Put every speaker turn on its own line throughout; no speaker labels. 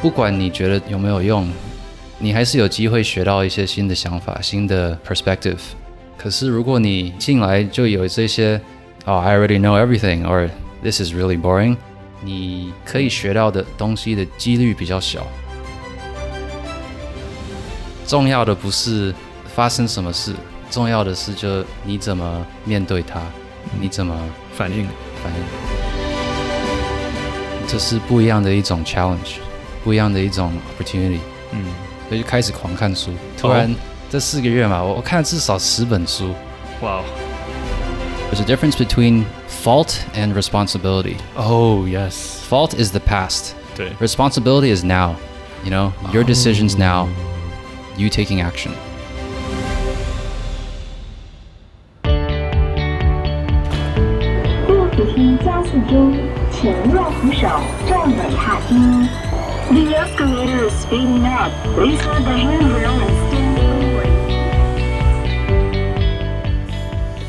不管你觉得有没有用，你还是有机会学到一些新的想法、新的 perspective。可是如果你进来就有这些，哦、i already know everything，or this is really boring，你可以学到的东西的几率比较小。重要的不是发生什么事，重要的是就你怎么面对它，你怎么
反应
反应。这是不一样的一种 challenge，不一样的一种 opportunity。
嗯，
所以就开始狂看书。突然、这四个月嘛，我我看了至少十本书。
哇
There's a difference between fault and responsibility.
哦，yes，
Fault is the past.
对
Responsibility is now. You know, your decisions now. You taking action.
路虎听加速中，请握扶手，站稳踏梯。The escalator is speeding up. Please hold the handrail and stand forward.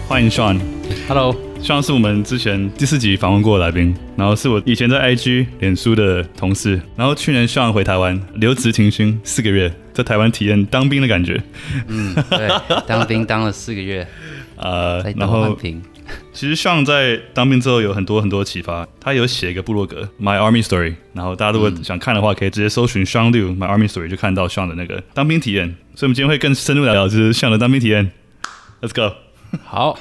欢迎 Sean。
Hello.
上次我们之前第四集访问过的来宾，然后是我以前在 IG、脸书的同事，然后去年上回台湾留职停薪四个月，在台湾体验当兵的感觉，
嗯，对， 当兵当了四个月，
呃
在，
然
等
后
换屏。
其实上在当兵之后有很多很多启发，他有写一个部落格 My Army Story，然后大家如果想看的话，可以直接搜寻 Sean Liu My Army Story 就看到 Sean 的那个当兵体验，所以我们今天会更深入地聊就是 Sean 的当兵体验，Let's go。
好，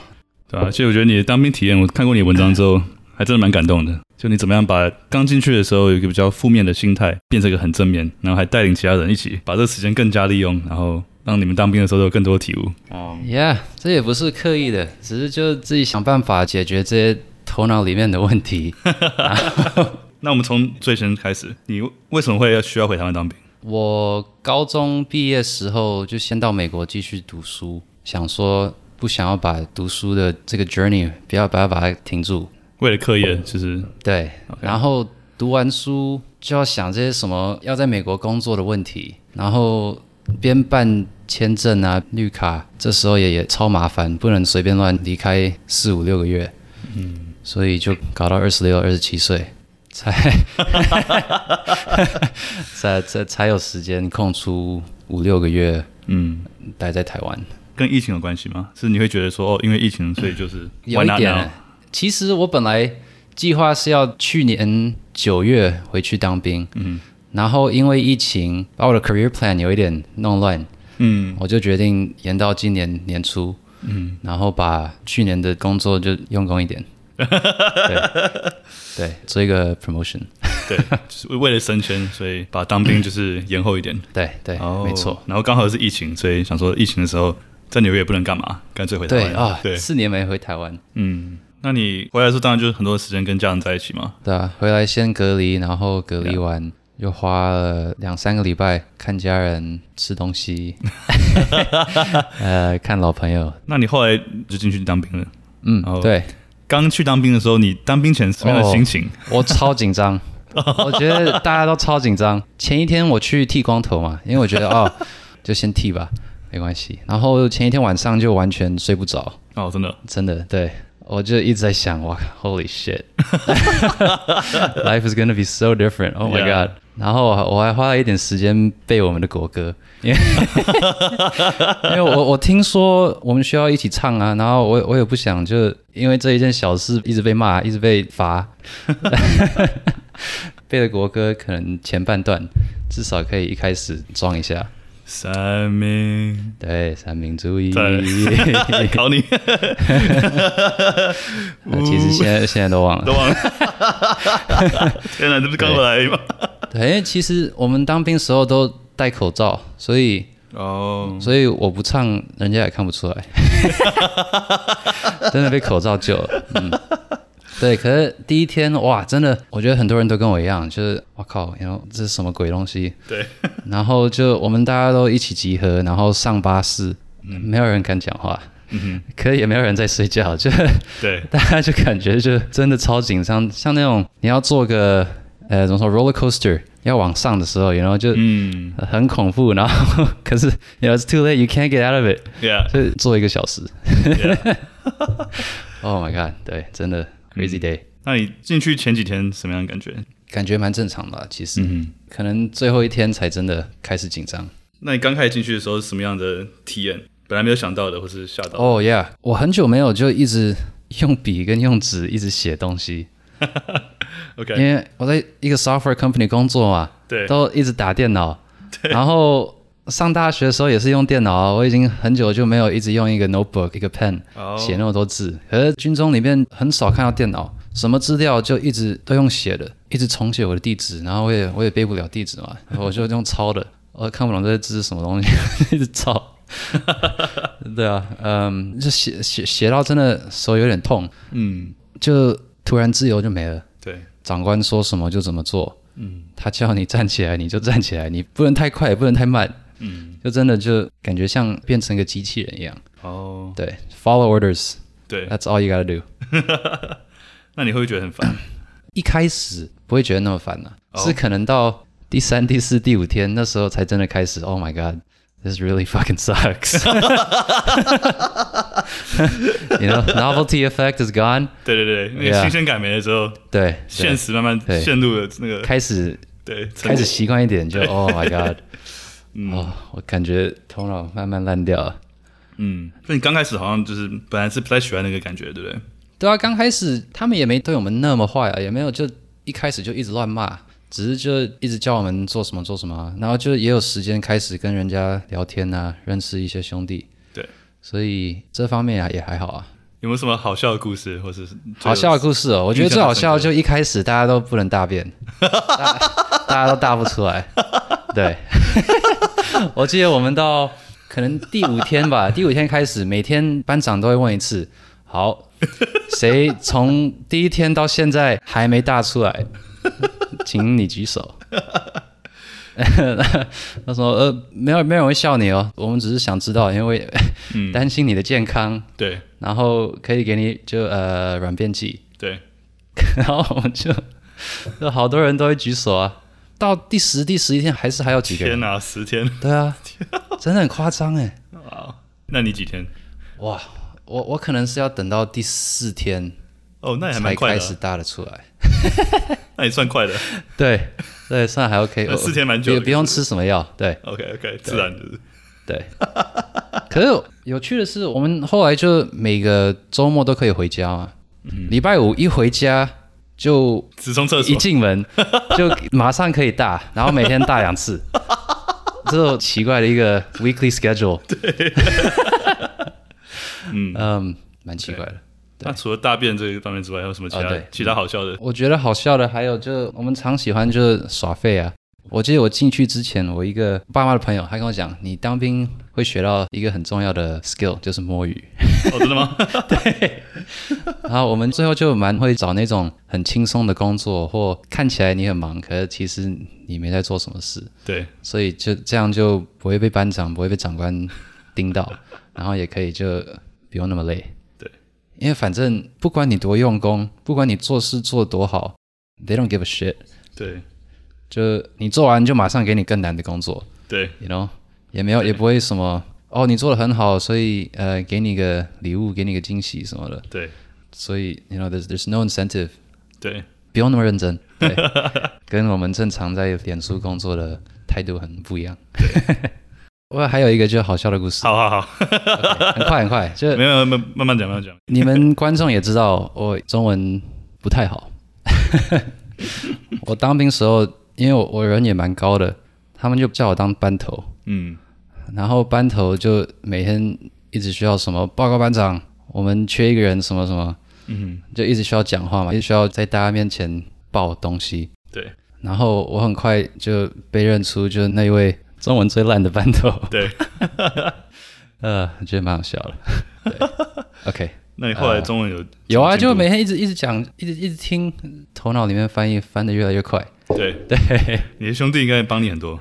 对啊，所以我觉得你的当兵体验，我看过你的文章之后， 还真的蛮感动的。就你怎么样把刚进去的时候有一个比较负面的心态，变成一个很正面，然后还带领其他人一起把这个时间更加利用，然后让你们当兵的时候都有更多体悟。
Yeah，这也不是刻意的，只是就自己想办法解决这些头脑里面的问题。
那我们从最先开始，你为什么会要需要回台湾当兵？
我高中毕业时候就先到美国继续读书，想说不想要把读书的这个 journey 不要不要把它停住，
为了课业，就是
对然后读完书就要想这些什么要在美国工作的问题，然后边办签证啊、绿卡，这时候也也超麻烦，不能随便乱离开四五六个月，嗯，所以就搞到二十六、二十七岁才 才才才有时间空出五六个月
嗯，
待在台湾。
跟疫情有关系吗？是你会觉得说哦，因为疫情，所以就是嗯
有
why
一
not
点
now？
欸。其实我本来计划是要去年九月回去当兵，嗯，然后因为疫情把我的 career plan 有一点弄乱，
嗯
我就决定延到今年年初，
嗯，
然后把去年的工作就用功一 点，对对，做一个 promotion，
对，就是为了升迁，所以把当兵就是延后一点。
对对，
哦，
没错。。
然后刚好是疫情，所以想说疫情的时候在纽约也不能干嘛，干脆回台
对
湾。
啊，
对，
四年没回台湾，
嗯。那你回来的时候，当然就是很多时间跟家人在一起嘛。
对啊，回来先隔离，然后隔离
Yeah
完又花了两三个礼拜看家人、吃东 西，呃，看老朋友。
那你后来就进去当兵了。
嗯
哦
对，
刚去当兵的时候，你当兵前什么样的心情？
我超紧张， 我觉得大家都超紧张。前一天我去剃光头嘛，因为我觉得哦，就先剃吧，没关系。然后前一天晚上就完全睡不着，
哦，真的，
真的，对我就一直在想，哇，Holy shit，life is gonna be so different. Oh my
Yeah.
god！、然后我还花了一点时间背我们的国歌，因为 因为我我听说我们需要一起唱啊，然后我我也不想就因为这一件小事一直被骂，一直被罚。 背了国歌可能前半段至少可以一开始装一下，
三 名
对，三民主义。
再来考你
呃 其实现在现在都忘了
都。忘了。天哪，这不是刚回来吗？
对，因为其实我们当兵时候都戴口罩，所以
哦，
所以我不唱，人家也看不出来， 真的被口罩救了。嗯，对。可是第一天哇，真的，我觉得很多人都跟我一样，就是我靠，然后这是什么鬼东西？
对，
然后就我们大家都一起集合，然后上巴士，没有人敢讲话，
嗯
可也没有人在睡觉，就
哼，对，
大家就感觉就真的超紧张，像那种你要做个呃怎么说 roller coaster 要往上的时候，然后就
嗯
很恐怖，然后 可是 you know it's too late you can't get out of it，
，Yeah，
就做一个小时。
yeah 嗯
Oh my god，对，真的 crazy day。
那你进去前几天什么样的感觉？
感觉蛮正常的啊、其实、
嗯，
可能最后一天才真的开始紧张。
那你刚开始进去的时候是什么样的体验？本来没有想到的，或是吓到的？
哦、yeah，我很久没有就一直用笔跟用纸一直写东西，
OK，
因为我在一个 software company 工作嘛，
对
都一直打电脑。然后上大学的时候也是用电脑啊，我已经很久就没有一直用一个 notebook 一个 pen
哦
写那么多字。可是军中里面很少看到电脑，什么资料就一直都用写的，一直重写我的地址，然后我也我也背不了地址嘛，我就用抄的， 我看不懂这些字是什么东西， 一直抄。对啊，嗯，就写写写到真的手有点痛，
嗯，
就突然自由就没了。
对，
长官说什么就怎么做。嗯，他叫你站起来你就站起来，你不能太快，也不能太慢。
嗯，
就真的就感觉像变成个机器人一样。
哦，
对，follow orders,
对，
that's all you gotta do。
那你会不会觉得很 烦？
一开始不会觉得那么烦呢、
哦
是可能到第三、第四、第五天那时候才真的开始。Oh my god, this really fucking sucks. you know, novelty effect is gone
对对对，那个
Yeah
新鲜感没了之后，
对。对，
现实慢慢
对
陷入了那个
开始
对
开始
成
习惯一点就 Oh my God，哦，我感觉头脑慢慢烂掉了。
嗯，所以你刚开始好像就是本来是不太喜欢那个感觉，对不对？
对啊，刚开始他们也没对我们那么坏啊，也没有就一开始就一直乱骂，只是就一直叫我们做什么做什么啊，然后就也有时间开始跟人家聊天啊，认识一些兄弟，
对，
所以这方面也也还好啊。
有没有什么好笑的故事，或是最有
好笑的故事哦，我觉得最好笑的就一开始大家都不能大便，大大家都大不出来。对， 我记得我们到可能第五天吧，第五天开始，每天班长都会问一次，好，谁从第一天到现在还没大出来，请你举手。 他说：“呃，没有，没有人会笑你哦，我们只是想知道，因为担心你的健康，
对
然后可以给你就呃软便剂，
对，
然后我们就就好多人都会举手啊。到第十、第十一天还是还有几个
天
人，
哪，十天
对啊，真的很夸张哎、
啊！那你几天？
哇，我我可能是要等到第四天
哦，那也还
才
蛮快
开
的
始
啊，
搭得出来，
那也算快的。
对对，算还 OK，
那四天蛮久的
也不用吃什么药，对
OK OK，自然就是
对。 可是有趣的是，我们后来就每个周末都可以回家嘛，
嗯
礼拜五一回家就
直冲厕
一
所，
进 门就马上可以大，然后每天大两 次，这种奇怪的一个 weekly schedule。对， 嗯蛮奇怪的。
那除了大便这一方面之外，还有什么其
哦
他
对
其他好笑的？
我觉得好笑的还有就我们常喜欢就是耍废啊。我记得我进去之前，我一个爸妈的朋友，他跟我讲，你当兵会学到一个很重要的 skill，就是摸鱼。
哦，真 的吗？
然后我们最后就蛮会找那种很轻松的工作，或看起来你很忙，可是其实你没在做什么事。
对，
所以就这样就不会被班长、不会被长官盯到，然后也可以就不用那么累。
对，
因为反正不管你多用功，不管你做事做得多好，they don't give a shit。
对
就你做完就马上给你更难的工作
对，
，you know，也没有也不会什么哦，你做的很好，所以呃给你个礼物，给你个惊喜什么的，
对
所以 you know there's there's no incentive，
对，
不用那么认真，对，跟我们正常在脸书工作的态度很不一样。 我还有一个就是好笑的故事，
好好好，
很快很快，就
没有没有慢慢讲慢慢讲。
你们观众也知道我中文不太好。 我当兵时候，因为我我人也蛮高的，他们就叫我当班头，
嗯，
然后班头就每天一直需要什么报告班长，我们缺一个人什么什么，
嗯，
就一直需要讲话嘛，一直需要在大家面前报东西。
对
然后我很快就被认出，就是那一位中文最烂的班头，
对。
呃，我觉得蛮好笑的。对 OK，
那你后来中文有
有啊，
进步
就每天一直一直讲，一直一直听，头脑里面翻译翻的越来越快。
对
对，
你的兄弟应该帮你很多，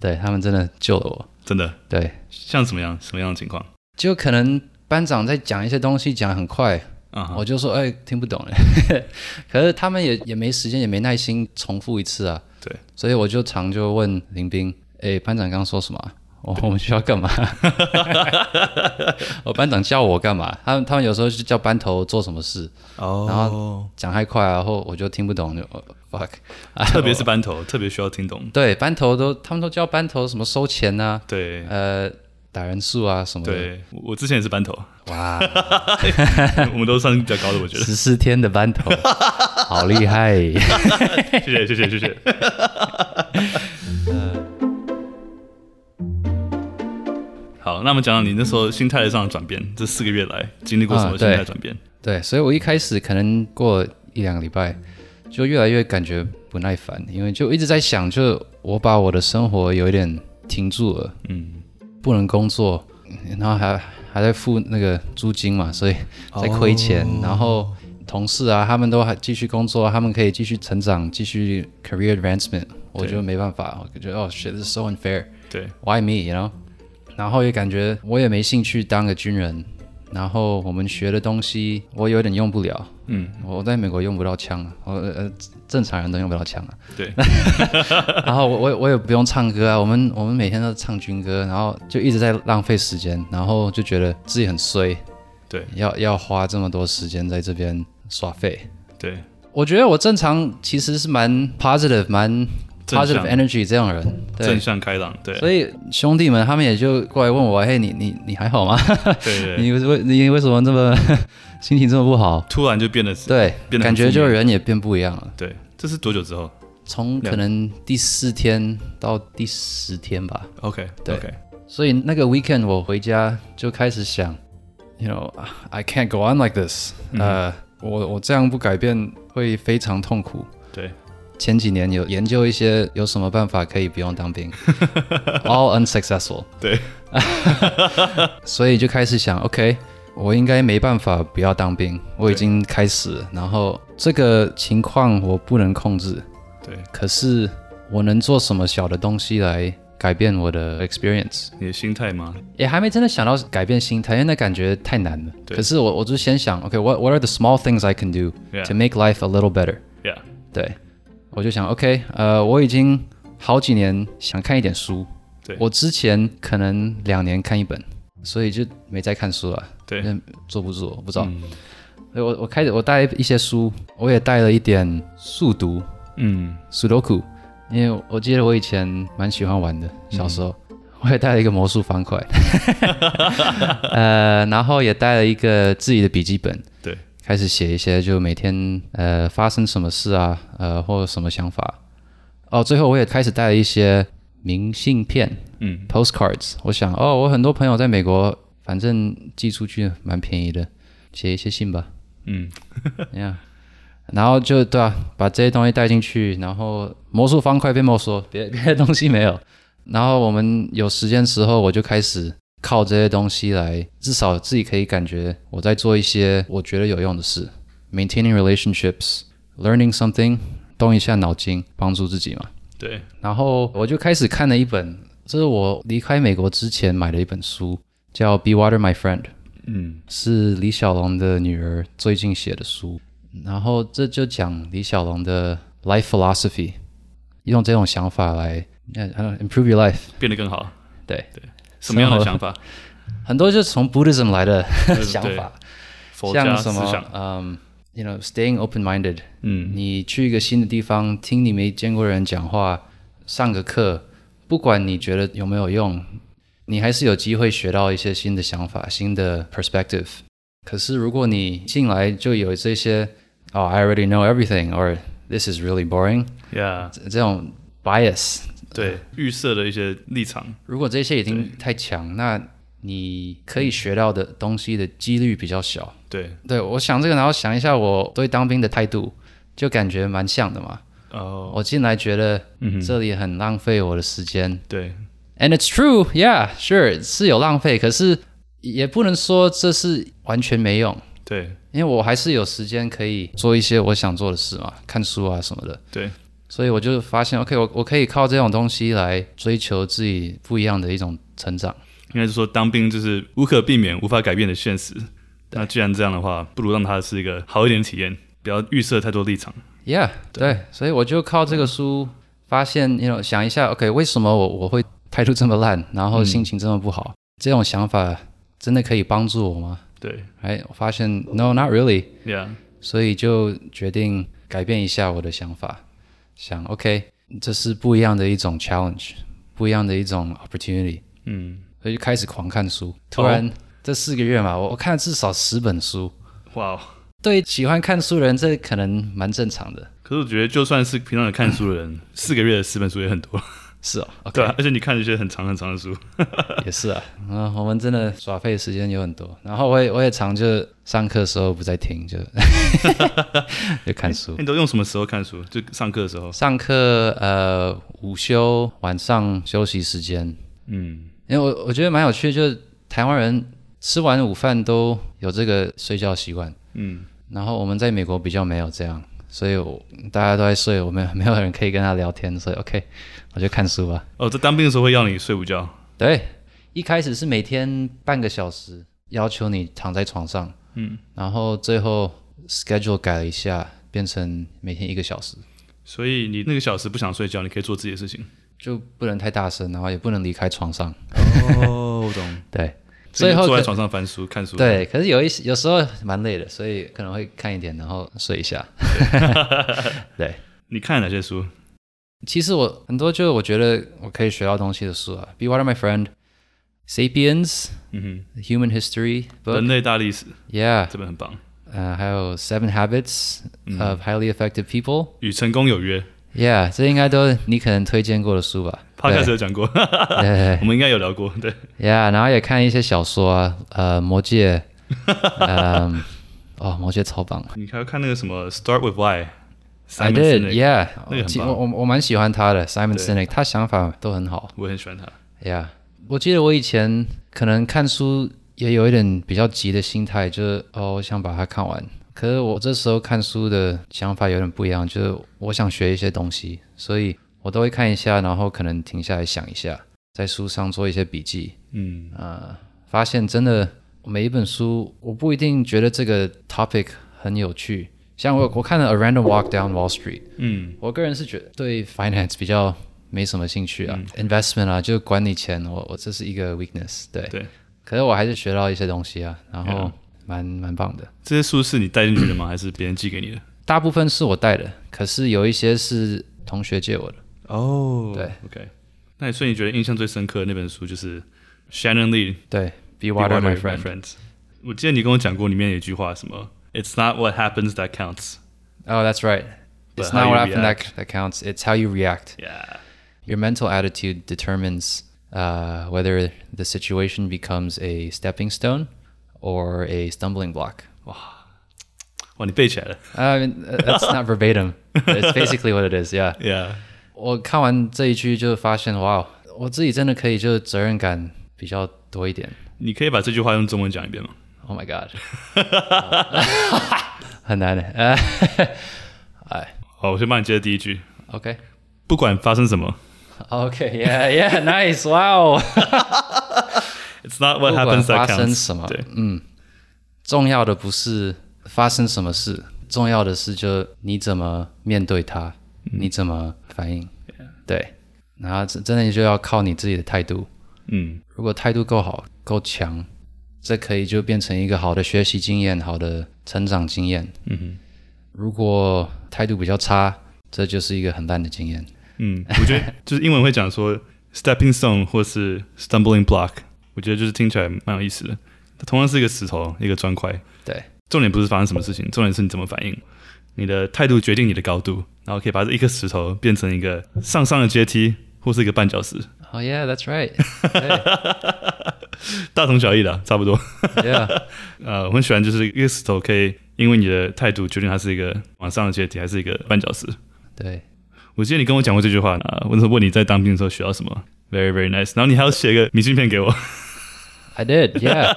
对他们真的救了我。
真的。
对，
像什么样什么样的情况？
就可能班长在讲一些东西讲得很快，
啊哈
我就说哎、听不懂 了，可是他们也也没时间也没耐心重复一次啊，
对，
所以我就常就问林斌，哎、班长刚刚说什么啊？ 我我们学校干嘛？ 我班长叫我干嘛？他们他们有时候就叫班头做什么事，然后
哦，
讲太快啊，然后我就听不懂，就、哦 fuck。啊
特别是
我
班头，特别需要听懂。
对班头都，他们都叫班头什么收钱啊，
对
呃打人数啊什么的。
对，我我之前也是班头，
哇，
我们都算比较高的，我 觉得。
十四天的班头， 好厉害！
谢谢谢谢谢谢。 呃好，那我们讲讲你那时候心态上的转变，这四个月来经历过什么
啊
心
对
态转变？
对，所以我一开始可能过一两个礼拜，就越来越感觉不耐烦，因为就一直在想，就我把我的生活有一点停住了，
嗯，
不能工作，然后还还在付那个租金嘛，所以在亏钱，然后同事啊，他们都还继续工作，他们可以继续成长，继续 career advancement，我就没办法，我觉得哦，shit，this is so unfair。
对，
Why me？you know？然后也感觉我也没兴趣当个军人，然后我们学的东西我有点用不了。
嗯，
我在美国用不到枪啊，我呃正常人都用不到枪啊。
对，
然后我我也我也不用唱歌啊，我们我们每天都唱军歌，然后就一直在浪费时间，然后就觉得自己很衰，
对，
要要花这么多时间在这边耍废。
对，
我觉得我正常其实是蛮 positive 蛮
正向
positive energy 这样的人，对
正。向开朗，对，
所以兄弟们他们也就过来问我，嘿，你你你还好吗？
对对，
你为你为什么这么 心情这么不好？
突然就变得
对，
变得
感
很
觉
负面
就人也变不一样了。
对，这是多久之后
从可能第四天到第十天吧，
？OK，
对
OK，
所以那个 weekend 我回家就开始想，you know I can't go on like this，、呃，
嗯
我我这样不改变会非常痛苦。
对，
前几年有研究一些有什么办法可以不用当兵 ，all unsuccessful。
对，
所以就开始想，OK，我应该没办法不要当兵，我已
对
经开始了，然后这个情况我不能控制，
对，
可是我能做什么小的东西来改变我的 experience？
你的心态吗？
也还没真的想到改变心态，因为那感觉太难了。
对
可是我我就先想，OK，what、what are the small things I can do
Yeah
to make life a little better？
Yeah，
对，我就想，OK，呃，我已经好几年想看一点书，
对
我之前可能两年看一本，所以就没再看书了，
对，
那坐不住，我不知道。
嗯
所以我我开始我带一些书，我也带了一点速读
嗯，
（Sudoku），因为我记得我以前蛮喜欢玩的，小时候。我也带了一个魔术方块， 呃，然后也带了一个自己的笔记本，
对，
开始写一些，就每天呃发生什么事啊，呃或者什么想法。哦，最后我也开始带了一些明信片
嗯，
（postcards）。我想，哦，我很多朋友在美国，反正寄出去蛮便宜的，写一些信吧。
嗯，
yeah. 然后就对啊，把这些东西带进去，然后魔术方块被没收，别别的东西没有。然后我们有时间时候，我就开始靠这些东西来，至少自己可以感觉我在做一些我觉得有用的事，maintaining relationships, learning something，动一下脑筋，帮助自己嘛。
对，
然后我就开始看了一本，这是我离开美国之前买的一本书，叫《Be Water, My Friend》。
嗯，
是李小龙的女儿最近写的书，然后这就讲李小龙的 life philosophy，用这种想法来呃呃 improve your life。
变得更好，
对，
什么样的
生活
想法？
很多就是从 Buddhism 来的想法，
佛家
像什
思
么
想，
嗯，you know staying open minded，
嗯，
你去一个新的地方，听你没见过的人讲话，上个课，不管你觉得有没有用，你还是有机会学到一些新的想法、新的 perspective。可是如果你进来就有这些，哦、i already know everything，or this is really boring，
呀，
这这种 bias，
对，预设的一些立场，
如果这些已经太强，那你可以学到的东西的几率比较小。
对，
对我想这个，然后想一下我对当兵的态度，就感觉蛮像的嘛。
哦，
我进来觉得
嗯哼
这里很浪费我的时间、
对，
a n d it's true, yeah, sure 是有浪费，可是也不能说这是完全没用，
对，
因为我还是有时间可以做一些我想做的事嘛，看书啊什么的。
对，
所以我就发现，OK，我我可以靠这种东西来追求自己不一样的一种成长。
应该是说当兵就是无可避免、无法改变的现实。那既然这样的话，不如让它是一个好一点的体验，不要预设太多立场。嗯
Yeah，对，所以我就靠这个书发现，you know，想一下，OK，为什么我我会态度这么烂，然后
嗯
心情这么不好，这种想法真的可以帮助我吗？
对
哎，我发现 no not really，
，Yeah，
所以就决定改变一下我的想法，想 OK，这是不一样的一种 challenge，不一样的一种 opportunity，
嗯，
所以就开始狂看书。突然、这四个月嘛，我我看了至少十本书。
哇、哦。
对喜欢看书的人，这可能蛮正常的。
可是我觉得，就算是平常有看书的人，四个月的四本书也很多，
是哦，OK，
对啊，而且你看一些很长很长的书，
也是啊，嗯，我们真的耍废时间有很多，然后我也我也常就上课的时候不在听，就 就看书。
哎你都用什么时候看书？就上课的时候，
上课呃，午休晚上休息时间，
嗯，
因为我我觉得蛮有趣的，就是台湾人吃完午饭都有这个睡觉习惯，
嗯，
然后我们在美国比较没有这样，所以我大家都在睡，我们 没有人可以跟他聊天，所以 OK，我就看书吧。
哦，在当兵的时候会要你睡午觉，
对，一开始是每天半个小时，要求你躺在床上，
嗯，
然后最后 schedule 改了一下，变成每天一个小时，
所以你那个小时不想睡觉，你可以做自己的事情。
就不能太大声，然后也不能离开床上。
哦，我懂。
对，
所以
最后
坐在
可
床上翻书看书。，
对，可是有一些有时候蛮累的，所以可能会看一点，然后睡一 下。对，
你看了哪些书？
其实我很多就我觉得我可以学到东西的书啊，《Be Water My Friend》、《Sapiens》、
嗯
《Human History
哼，《人
Book》、
类大历史》
Yeah，
这本嗯很棒，《
呃，还有《Seven Habits of Highly Effective People》。
与成功有约》
Yeah，这应该都是你可能推荐过的书吧？
p 开始
对
有讲过，
对
我们应该有聊过。对，
，Yeah，然后也看一些小说啊，呃，《魔 戒》，嗯，哦，《魔戒》超棒
你还要看那个什么《Start with Why》
，I
，Simon Sinek
did，Yeah，
那个很
其
棒
我我我蛮喜欢他的 Simon
对
Sinek，他想法都很好
我也很喜欢他。
，Yeah，我记得我以前可能看书也有一点比较急的心态，就是哦，我想把它看完。可是我这时候看书的想法有点不一样，就是我想学一些东西，所以我都会看一下，然后可能停下来想一下，在书上做一些笔记，
嗯，
呃，发现真的每一本书，我不一定觉得这个 topic 很有趣。像我我看了《A Random Walk Down Wall Street》，
嗯，
我个人是觉得对 finance 比较没什么兴趣啊、i n v e s t m e n t 啊，就是管理钱，我我这是一个 weakness 对。
对。
可是我还是学到一些东西啊，然后
Yeah
蛮蛮棒的。
这些书是你带进去的吗？还是别人寄给你的？
大部分是我带的，可是有一些是同学借我的。
哦
对
，OK。那你所以你觉得印象最深刻的那本书就是 Shannon Lee
对，Be
Be
Water My
Water,
Friend。
friends。我记得你跟我讲过里面有一句话，什么 "It's not what happens that counts"。
Oh, that's right.
But
It's not
how you
what happened that,
react.
that counts. It's how you react.
Yeah，
Your mental attitude determines uh, whether the situation becomes a stepping stone or a stumbling block.
哇，你背起来了。
I mean, uh, that's not verbatim. It's basically what it is. Yeah.
Yeah，
我看完这一句就发现，哇，我自己真的可以，就是责任感比较多一点。
你可以把这句话用中文讲一遍吗？
Oh my god，很难 的。呃，哎
好，我先帮你接第一句。
，OK。
不管发生什么
Okay, yeah, yeah, nice, wow.
，It's not what
不管
happens that
发生
counts。
什么
对，
重要的不是发生什么事，重要的是就你怎么面对它，你怎么反应。对，然后真真的就要靠你自己的态度。
嗯，
如果态度够好、够强，这可以就变成一个好的学习经验、好的成长经验。嗯哼，如果态度比较差，这就是一个很烂的经验。
嗯，我觉得就是英文会讲说 stepping stone 或是 stumbling block，我觉得就是听起来蛮有意思的。它同样是一个石头，一个砖块，
对
重点不是发生什么事情，重点是你怎么反应。你的态度决定你的高度，然后可以把这一颗石头变成一个上上的阶梯，或是一个绊脚石，
，Oh yeah, that's right.
大同小异的啊、差不多。
Yeah,
呃，我很喜欢，就是一个石头可以因为你的态度决定它是一个往上的阶梯，还是一个绊脚石。
对
我记得你跟我讲过这句话啊、呃，我那时候问你在当兵的时候学到什么，very very nice，然后你还要写一个明信片给我，
，I did. Yeah,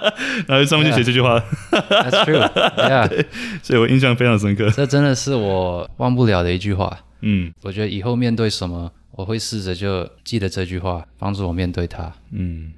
然后上面就写这句话
that's true. Yeah，
所以我印象非常深刻。
这真的是我忘不了的一句话。
嗯
我觉得以后面对什么，我会试着就记得这句话，帮助我面对它。
嗯，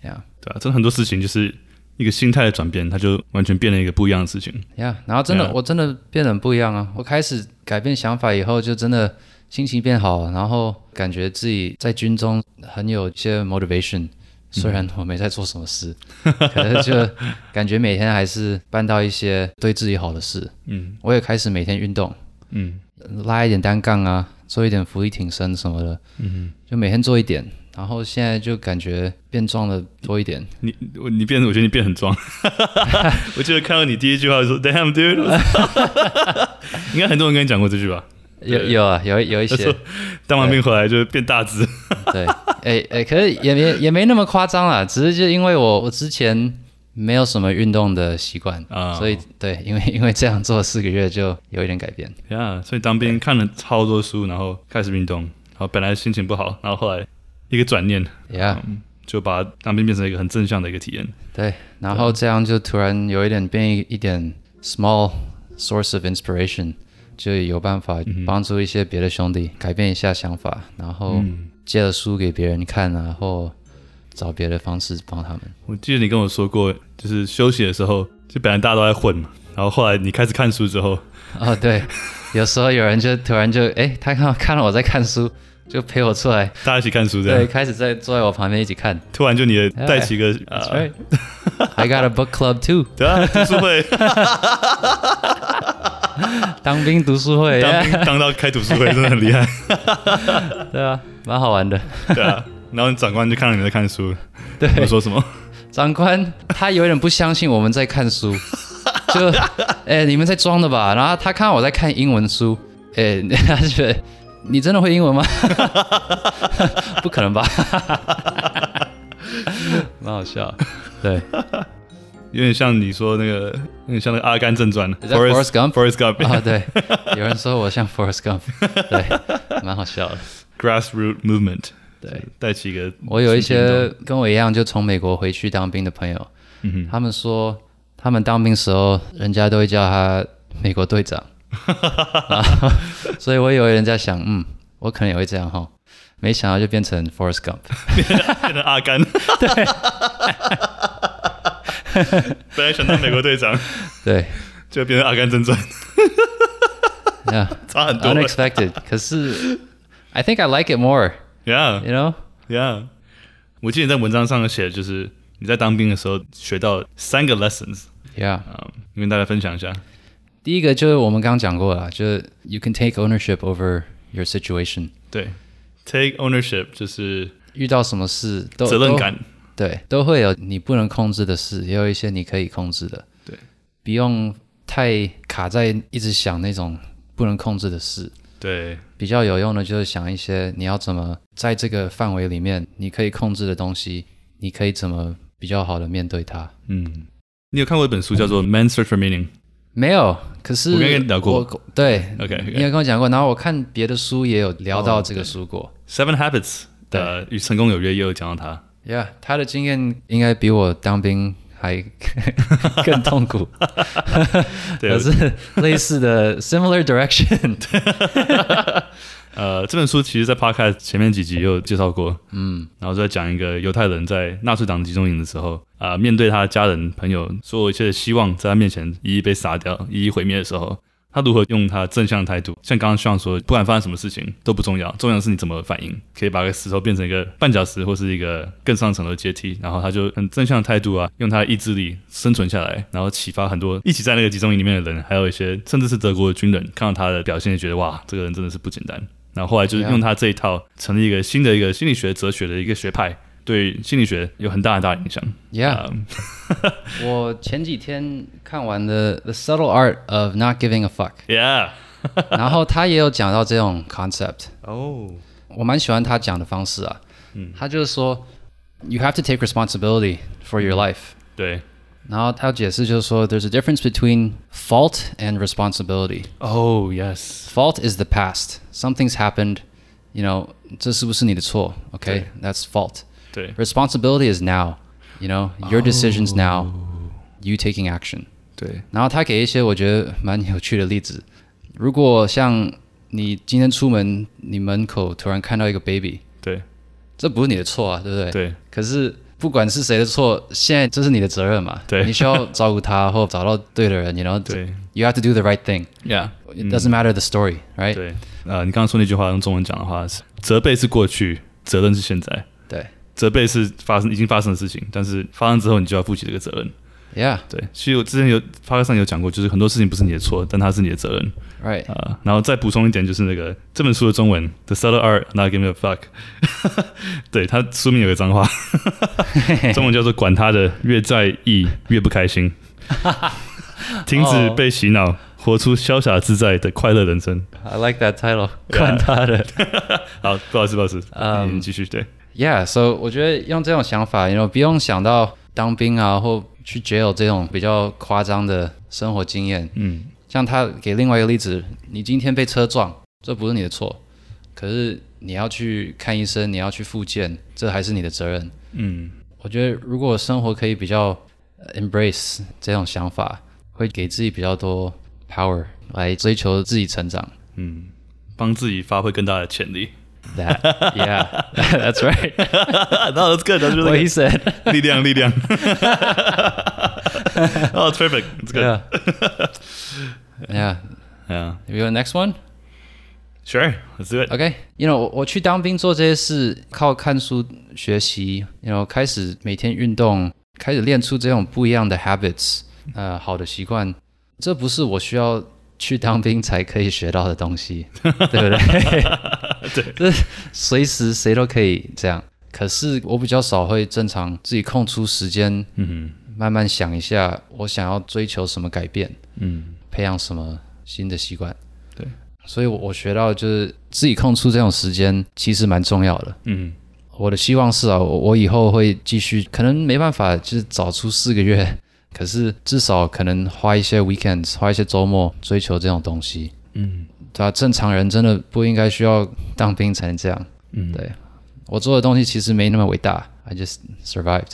Yeah,
对啊，真的很多事情就是一个心态的转变，它就完全变了一个不一样的事情。
yeah。然后真的
Yeah.
我真的变得很不一样啊！我开始改变想法以后，就真的心情变好，然后感觉自己在军中很有一些 motivation。虽
嗯
然我没在做什么事，可是就感觉每天还是办到一些对自己好的事。
嗯
我也开始每天运动，
嗯
拉一点单杠啊，做一点浮力挺身什么的，
嗯，
就每天做一点。然后现在就感觉变壮了多一点，
你我你变，我觉得你变很壮。 我记得看到你第一句话就说 “Damn dude”，我 操应该很多人跟你讲过这句吧？
有有啊，有有一
他
些
说当完兵回来就变大只。
对，哎哎，可是也没也没那么夸张啦，只是就因为我我之前没有什么运动的习惯，
啊
所以对，因为因为这样做四个月就有一点改变。
呀所以当兵看了超多书，然后开始运动，然后本来心情不好，然后后来一个转念，
Yeah，、
就把当兵变成一个很正向的一个体验。
对，然后这样就突然有一点变一一点 small source of inspiration，就有办法帮助一些别的兄弟改变一下想法，然后借了书给别人看啊，或找别的方式帮他们。
我记得你跟我说过，就是休息的时候，就本来大家都在混嘛，然后后来你开始看书之后，
哦，对，有时候有人就突然就哎，他看看到我在看书，就陪我出来，
大家一起看书这
对，
样，
开始在坐在我旁边一起看。
突然就你的带起一个
That's
呃
right. I got a book club too，
对啊，读书 会
当兵读书会
当
yeah
兵当到开读书会真的很 厉害，
对啊，蛮好玩的。
对啊。然后长官就看到你在看书，对，我说什么？
长官他有点不相信我们在看书，就哎、你们在装的吧？然后他看我在看英文书，哎、 他就觉得你真的会英文吗？ 不可能吧？ 蛮好笑，对。
有点像你说那个，有点像那个《阿甘正传》
Is that Forrest Gump？
Forrest Gump，
啊、对，有人说我像 Forrest Gump，对，蛮好笑的。
grassroot movement，
对，
带起一个
我有一些
新
跟我一样就从美国回去当兵的朋友，
运动，嗯
他们说他们当兵时候，人家都会叫他美国队长， 然后所以我以为人家想，嗯，我可能也会这样哈，没想到就变成 Forrest Gump。
哼， 变成阿甘，对，本来想当美国队 长，
对，
就变成阿甘正传，
yeah,
差很多了。
unexpected。可是 I think I like it more，you
Yeah,
know？
yeah。我记得你在文章上写，就是你在当兵的时候学到三个 lessons，
Yeah.
啊、你跟大家分享一下。
第一个就是我们刚刚讲过了，就是 you can take ownership over your situation。
对，take ownership 就是
遇到什么事都
责任感，
都，对，都会有你不能控制的事，也有一些你可以控制的，
对，
不用太卡在一直想那种不能控制的事。
对，
比较有用的就是想一些你要怎么在这个范围里面你可以控制的东西，你可以怎么比较好的面对它。
嗯。你有看过一本书叫做《Man's Search for Meaning》
没有，可是
我刚跟你聊过
我对
？OK，,
你也
okay.
跟我讲过，然后我看别的书也有聊到
哦
这个书过。
Seven Habits 的与成功有约也有讲到它。
Yeah，他的经验应该比我当兵还 更痛苦，
对
可是类似的 similar direction。
呃，这本书其实，在 Podcast 前面几集也有介绍过，嗯，然后再讲一个犹太人在纳粹党集中营的时候，啊、面对他的家人、朋友，所有一切的希望在他面前一一被杀掉、一一毁灭的时候，他如何用他正向的态度，像刚刚希望说，不管发生什么事情都不重要，重要的是你怎么反应，可以把个石头变成一个绊脚石或是一个更上层楼的阶梯，然后他就很正向的态度啊，用他的意志力生存下来，然后启发很多一起在那个集中营里面的人，还有一些甚至是德国的军人，看到他的表现，就觉得哇，这个人真的是不简单。然后后来就是用他这一套成立一个新的一个心理学哲学的一个学派，对心理学有很大很大的影响。
Yeah，
啊、
我前几天看完的《The Subtle Art of Not Giving a Fuck》，
y e a h
然后他也有讲到这种 concept，
哦、
我蛮喜欢他讲的方式啊。他就是说，you have to take responsibility for your life。
对，
然后他解释就是说，there's a difference between fault and responsibility。
哦、y e s
fault is the past. Something's happened. You know, 这是不是你的错? Okay, that's fault.
对
Responsibility is now. You know, your decisions now. You taking action.
对，
然后他给一些我觉得蛮有趣的例子。如果像你今天出门，你门口突然看到一个 baby，
对，
这不是你的错啊，对不对？
对。
可是不管是谁的错，现在这是你的责任嘛？
对
你需要照顾他，或找到对的人，你然后 Mm。
对，
you have to do the right thing.
Yeah，
It doesn't matter the story, right?
对，呃，你刚刚说那句话用中文讲的话是，责备是过去，责任是现在。
对
责备是发生已经发生的事情，但是发生之后你就要负起这个责任。
，Yeah,
对，其实我之前有发哥上有讲过，就是很多事情不是你的错，但它是你的责任。
right.
啊，然后再补充一点，就是那个这本书的中文《The Seller Art Not Give Me a Fuck》对， 它书名有个脏话， 中文叫做“管他的，越在意越不 开心”，停止
哦
被洗脑，活出潇洒自在的快乐人生。
I like that title.
Yeah.
管他的。
好，不好意思，不好意思， 嗯，继续对，
Yeah, so 我觉得用这种想法，你 know, 不用想到当兵啊或去 jail 这种比较夸张的生活经验。
嗯，
像他给另外一个例子，你今天被车撞，这不是你的错，可是你要去看医生，你要去复健，这还是你的责任。
嗯，
我觉得如果生活可以比较呃 embrace 这种想法，会给自己比较多 power 来追求自己成长。
帮自己发挥更大的潜力。
That yeah, that's right.
那 that's good，that's
What he
really
said.
good. 力量，力量。 哦，terrific，这个
Yeah. Yeah.
，yeah，sure，let's
You go next one.
do it。
OK，you、know，我我去当兵做这些事，靠看书学习，you know，开始每天运动，开始练出这种不一样的 habits，呃，好的习惯，这不是我需要去当兵才可以学到的东 西，对不对？ 对，这随时谁都可以这样。可是我比较少会正常自己空出时间，嗯，慢慢想一下我想要追求什么改变，嗯，培养什么新的习惯。所以我我学到就是自己空出这种时间其实蛮重要的。
嗯
我的希望是啊，我我以后会继续，可能没办法就是早出四个月， 可是至少可能花一些 weekends，花一些周末追求这种东西。
嗯
对啊，正常人真的不应该需要当兵才能这样。
嗯，
对我做的东西其实没那么伟大，I just survived。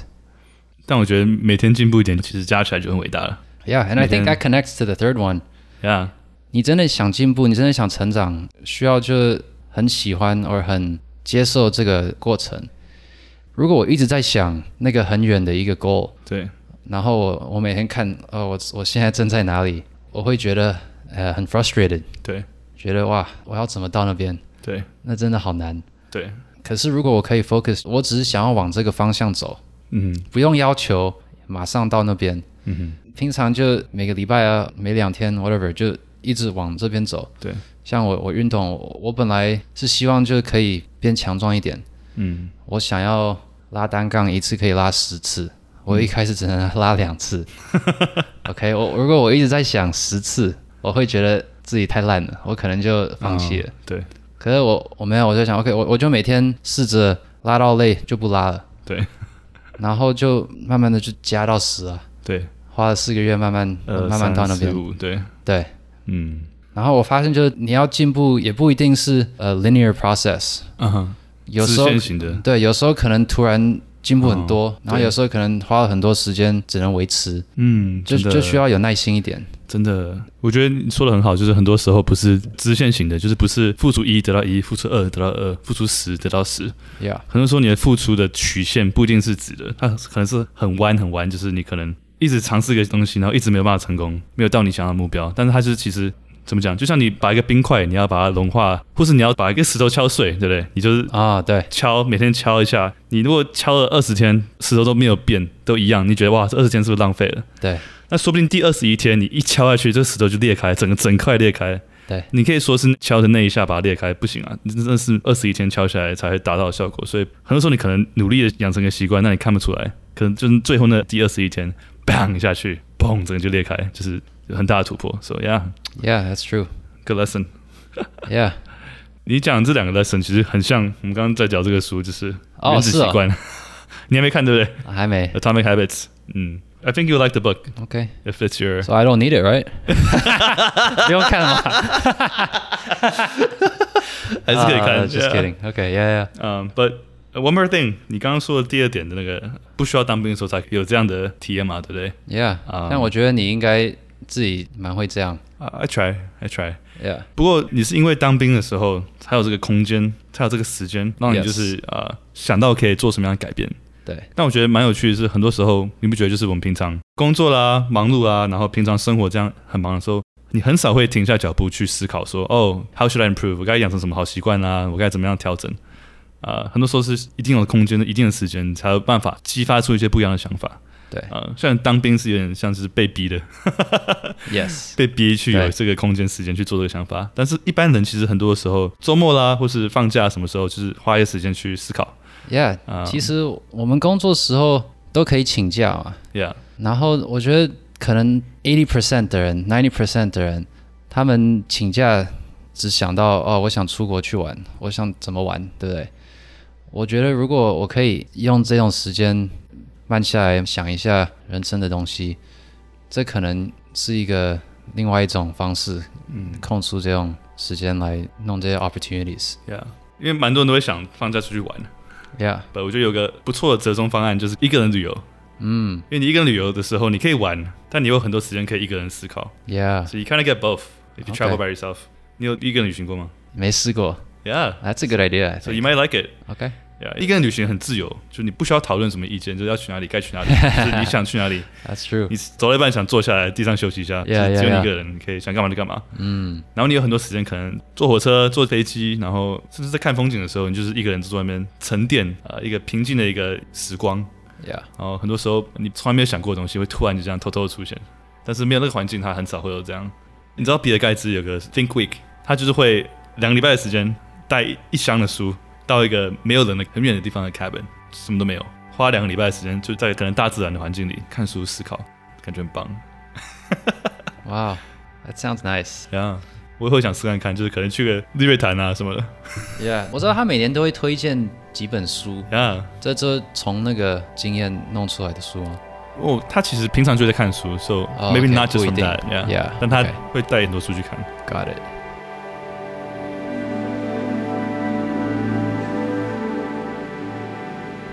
但我觉得每天进步一点，其实加起来就很伟大了。
Yeah, and I think that connects to the third one.
Yeah，
你真的想进步，你真的想成长，需要就是很喜欢而很接受这个过程。如果我一直在想那个很远的一个 goal，
对，
然后我我每天看，呃，我我现在正在哪里，我会觉得呃很 frustrated，
对，
觉得哇，我要怎么到那边？
对，
那真的好难。
对，
可是如果我可以 focus，我只是想要往这个方向走，
嗯
不用要求马上到那边。
嗯哼，
平常就每个礼拜啊，每两天 whatever 就一直往这边走。
对，
像我我运动，我我本来是希望就是可以变强壮一点，
嗯
我想要拉单杠一次可以拉十次，我一开始只能拉两 次。OK，我如果我一直在想十次，我会觉得自己太烂了，我可能就放弃了。
嗯对，
可是我我没有，我就想 OK，我我就每天试着拉到累就不拉了，
对，
然后就慢慢的就加到十啊，
对，
花了四个月慢慢、
呃，
慢慢到那边，
35对，
对。
嗯
然后我发现，就是你要进步，也不一定是呃 linear process，
嗯哼，
有时候
直线型的，
对，有时候可能突然进步很多，然后
哦对
有时候可能花了很多时间，只能维持，
嗯，
就
真的
就需要有耐心一点。
真的，我觉得你说的很好，就是很多时候不是直线型的，就是不是付出一得到一，付出二得到二，付出十得到十，
Yeah，
很多时候你的付出的曲线不一定是直的，它可能是很弯很弯，就是你可能一直尝试一个东西，然后一直没有办法成功，没有到你想要的目标。但是它就是其实怎么讲，就像你把一个冰块，你要把它融化，或是你要把一个石头敲碎，对不对？你就是
啊，对，
敲，每天敲一下。你如果敲了二十天，石头都没有变，都一样，你觉得哇，这二十天是不是浪费了？
对，
那说不定第二十一天你一敲下去，这石头就裂开，整个整块裂开。
对
你可以说是敲的那一下把它裂开，不行啊，你真的是二十一天敲下来才会达到的效果。所以很多时候你可能努力的养成一个习惯，那你看不出来，可能就是最后那第二十一天，bang 一下去，砰，整个就裂开，就是很大的突破。So yeah，good
，Yeah，that's true。
lesson。
Yeah，
你讲这两个 lesson 其实很像我们刚刚在讲这个书，就是
哦
原子习
是哦
惯， 你还没看对不对
还没。
？Atomic Habits。嗯，I think you like the book
OK，so
if it's your
I don't need it, right？不用看了吧，
还是可以 看。
啊 Just
yeah
kidding。OK，yeah，yeah。
嗯、b u t one more thing，你刚刚说的第二点的那个，不需要当兵的时候才有这样的体验嘛，对不对
Yeah，
啊
但我觉得你应该自己蛮会这样。
啊，I try，I try。
Yeah，
不过你是因为当兵的时候才有这个空间，才有这个时间，让你
Yes
就是啊、呃想到可以做什么样的改变。
对
但我觉得蛮有趣的是，啊很多时候你不觉得就是我们平常工作啦、忙碌啦，然后平常生活这样很忙的时候，你很少会停下脚步去思考说，哦，how should I improve？我该养成什么好习惯啦？我该怎么样调整？啊、很多时候是一定的空间、一定的时间，才有办法激发出一些不一样的想法。
对
啊、虽然当兵是有点像是被逼的，
，yes，
被逼去有
对
这个空间、时间去做这个想法，但是一般人其实很多的时候，周末啦，或是放假什么时候，就是花一些时间去思考。
Yeah，、
啊
其实我们工作时候都可以请假嘛。
Yeah，
然后我觉得可能 eighty percent 的人，ninety percent 的人，他们请假只想到哦，我想出国去玩，我想怎么玩，对不对？我觉得如果我可以用这种时间慢下来想一下人生的东西，这可能是一个另外一种方式，嗯，空出这种时间来弄这些 opportunities。
Yeah，因为蛮多人都会想放假出去玩，
Yeah，
但我觉得有个不错的折中方案就是一个人旅游。嗯，因为你一个人旅游的时候，你可以玩，但你有很多时间可以一个人思考。
yeah，
So you kind of get both if you travel
OK
by yourself. 你有一个人旅行过吗
没试过
？Yeah,
，That's a good idea. I
so
think.
you might like it.
OK，
Yeah，一个人旅行很自由，就你不需要讨论什么意见，就是要去哪里该 去哪里，就是你想去哪里，
That's true.
你走到一半想坐下来地上休息一 下
Yeah,
就是只
yeah,
有
yeah.
你一个人，你可以想干嘛就干嘛。嗯，然后你有很多时间，可能坐火车、坐飞机，然后甚至在看风景的时候，你就是一个人坐在那边沉淀，呃，一个平静的一个时光。
Yeah，
然后很多时候你从来没有想过的东西，会突然就这样偷偷的出现。但是没有那个环境，它很少会有这样。你知道比尔盖茨有个 Think Week，他就是会两个礼拜的时间带一箱的书到一个没有人的很远的地方的 cabin，什么都没有，花两个礼拜的时间就在可能大自然的环境里看书思考，感觉很棒。
Wow, that sounds nice.
呀，我也会想试看看，就是可能去个日月潭啊什么的。
Yeah，我知道他每年都会推荐几本书，
呀、
这这从那个经验弄出来的书吗？
哦，他其实平常就在看书，so
Oh,
maybe
okay，
not just
不一
from
定
that，yeah，,
Yeah，
但他
okay
会带很多书去看。
Got it.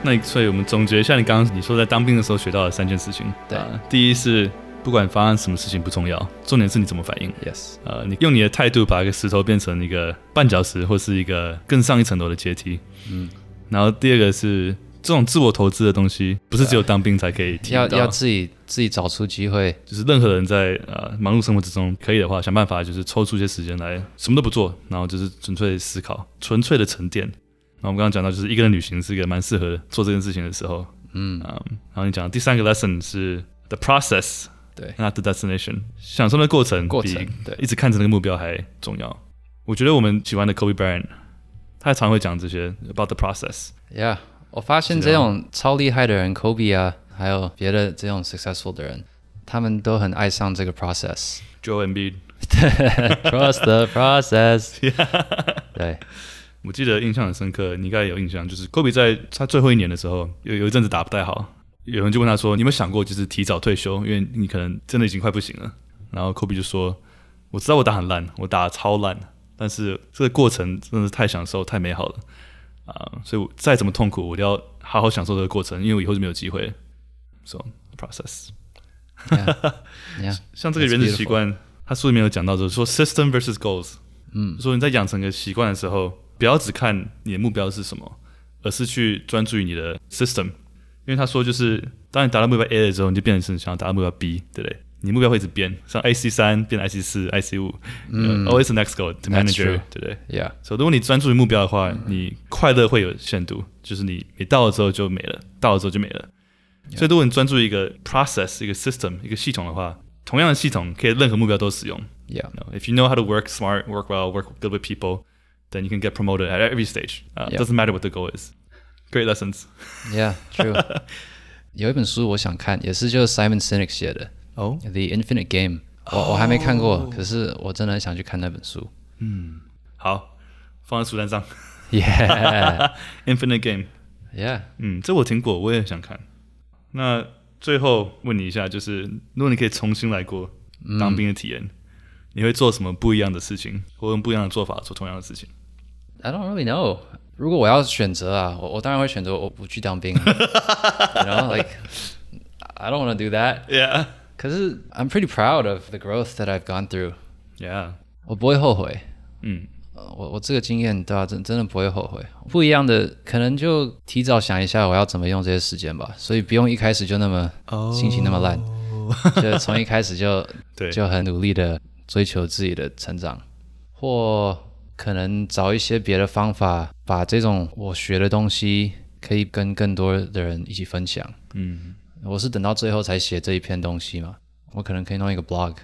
那你所以我们总结一下，你刚刚你说在当兵的时候学到的三件事情。
对
呃第一是不管发生什么事情不重要，重点是你怎么反应。
Yes.
呃，你用你的态度把一个石头变成一个绊脚石，或是一个更上一层楼的阶梯。嗯，然后第二个是这种自我投资的东西，不是只有当兵才可以体
要
验到。
要自己自己找出机会。
就是任何人在呃忙碌生活之中，可以的话，想办法就是抽出一些时间来什么都不做，然后就是纯粹思考，纯粹的沉淀。然后我们刚刚讲到，就是一个人旅行是一个蛮适合做这件事情的时候。嗯然后你讲第三个 lesson 是 the process，
对
，not the destination，享受那过程，
过程对
一直看着那个目标还重要。我觉得我们喜欢的 Kobe Bryant，他常会讲这些 about the process。
Yeah，我发现这种超厉害的人，Kobe 啊，还有别的这种 successful 的人，他们都很爱上这个 process。
Joe Embiid，
Trust the process 对
我记得印象很深刻，你应该有印象，就是科比在他最后一年的时候，有有一阵子打不太好，有人就问他说：“你有没有想过就是提早退休？因为你可能真的已经快不行了。”然后科比就说：“我知道我打很烂，我打得超烂，但是这个过程真的是太享受、太美好了啊、所以我再怎么痛苦，我都要好好享受这个过程，因为我以后就没有机会。” So process，
，Yeah，
像这个
That's
原子习惯，他书里面有讲到，就是说 system versus goals。嗯，说你在养成个习惯的时候，不要只看你的目标是什么，而是去专注于你的 system。因为他说，就是当你达到目标 A 了之后，你就变成想要达到目标 B，对不对？你目标会一直变，像 IC 三变 IC 四、IC 五、嗯、，always the next goal to
That's
manager，
true
对不对？
Yeah，
所以，如果你专注于目标的话，你快乐会有限度，就是你你到了之后就没了，到了之后就没了。所以，如果你专注于一个 process、一个 system、一个系统的话，同样的系统可以任何目标都使用。
Yeah.
No, if you know how to work smart, work well, work good with people, then you can get promoted at every stage. Uh,
Yeah.
Doesn't matter what the goal is. Great lessons.
Yeah, true. 有一本书我想看，也是就是 Simon Sinek 写的
哦
《The Infinite Game》我，我还没看过，可是我真的很想去看那本书。
好，放在书单上。
Yeah,
Infinite Game。
yeah.
嗯，这我听过，我也想看。那最后问你一下，就是如果你可以重新来过
嗯
当兵的体验，你会做什么不一样的事情，或用不一样的做法做同样的事情？
I don't really know. 如果我要选择啊，我我当然会选择我不去当兵。然后 like I don't want to do that.
Yeah,
可是 I'm pretty proud of the growth that I've gone through.
yeah，
我不会后悔。
嗯
呃我我这个经验，对啊，真真的不会后悔。不一样的，可能就提早想一下我要怎么用这些时间吧，所以不用一开始就那么心情那么烂，就从一开始就
对
就很努力的追求自己的成长，或可能找一些别的方法，把这种我学的东西可以跟更多的人一起分享。
嗯，
我是等到最后才写这一篇东西嘛，我可能可以弄一个 blog，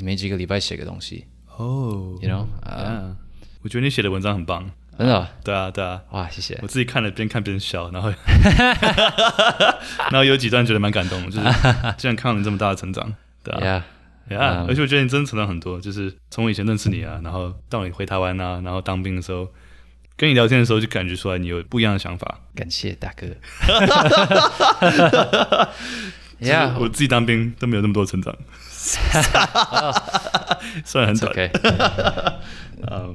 每几个礼拜写个东西
哦
，you know？啊、
啊，我觉得你写的文章很棒。
真的啊
对啊，对啊，
哇，谢谢
我。自己看了边看边 笑，然后，然后有几段觉得蛮感动 的，就是竟然看到你这么大的成长，对啊
Yeah，
，yeah, 而且我觉得你真的成长很多，就是从我以前认识你啊，然后到你回台湾啊，然后当兵的时候，跟你聊天的时候就感觉出来你有不一样的想法。
感谢大 哥。
就是
yeah，
我自己当兵都没有那么多成长，虽然很短
OK。
嗯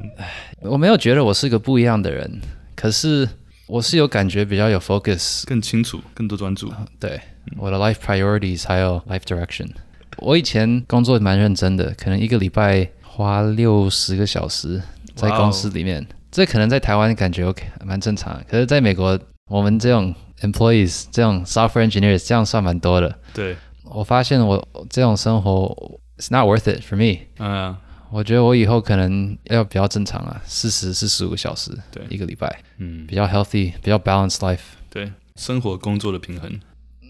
我没有觉得我是个不一样的人，可是我是有感觉比较有 focus，
更清楚，更多专注。
对
嗯
我的 life priorities 还有 life direction。我以前工作蛮认真的，可能一个礼拜花六十个小时在公司里面这可能在台湾感觉 OK 蛮正常的，可是在美国，我们这种 employees 这种 software engineers 这样算蛮多的。
对，
我发现我这种生活 it's not worth it for me。
嗯、
我觉得我以后可能要比较正常啊，四十四十五个小时，
对
一个礼拜。
嗯
比，较 healthy、比较 balanced life。
对，生活工作的平衡。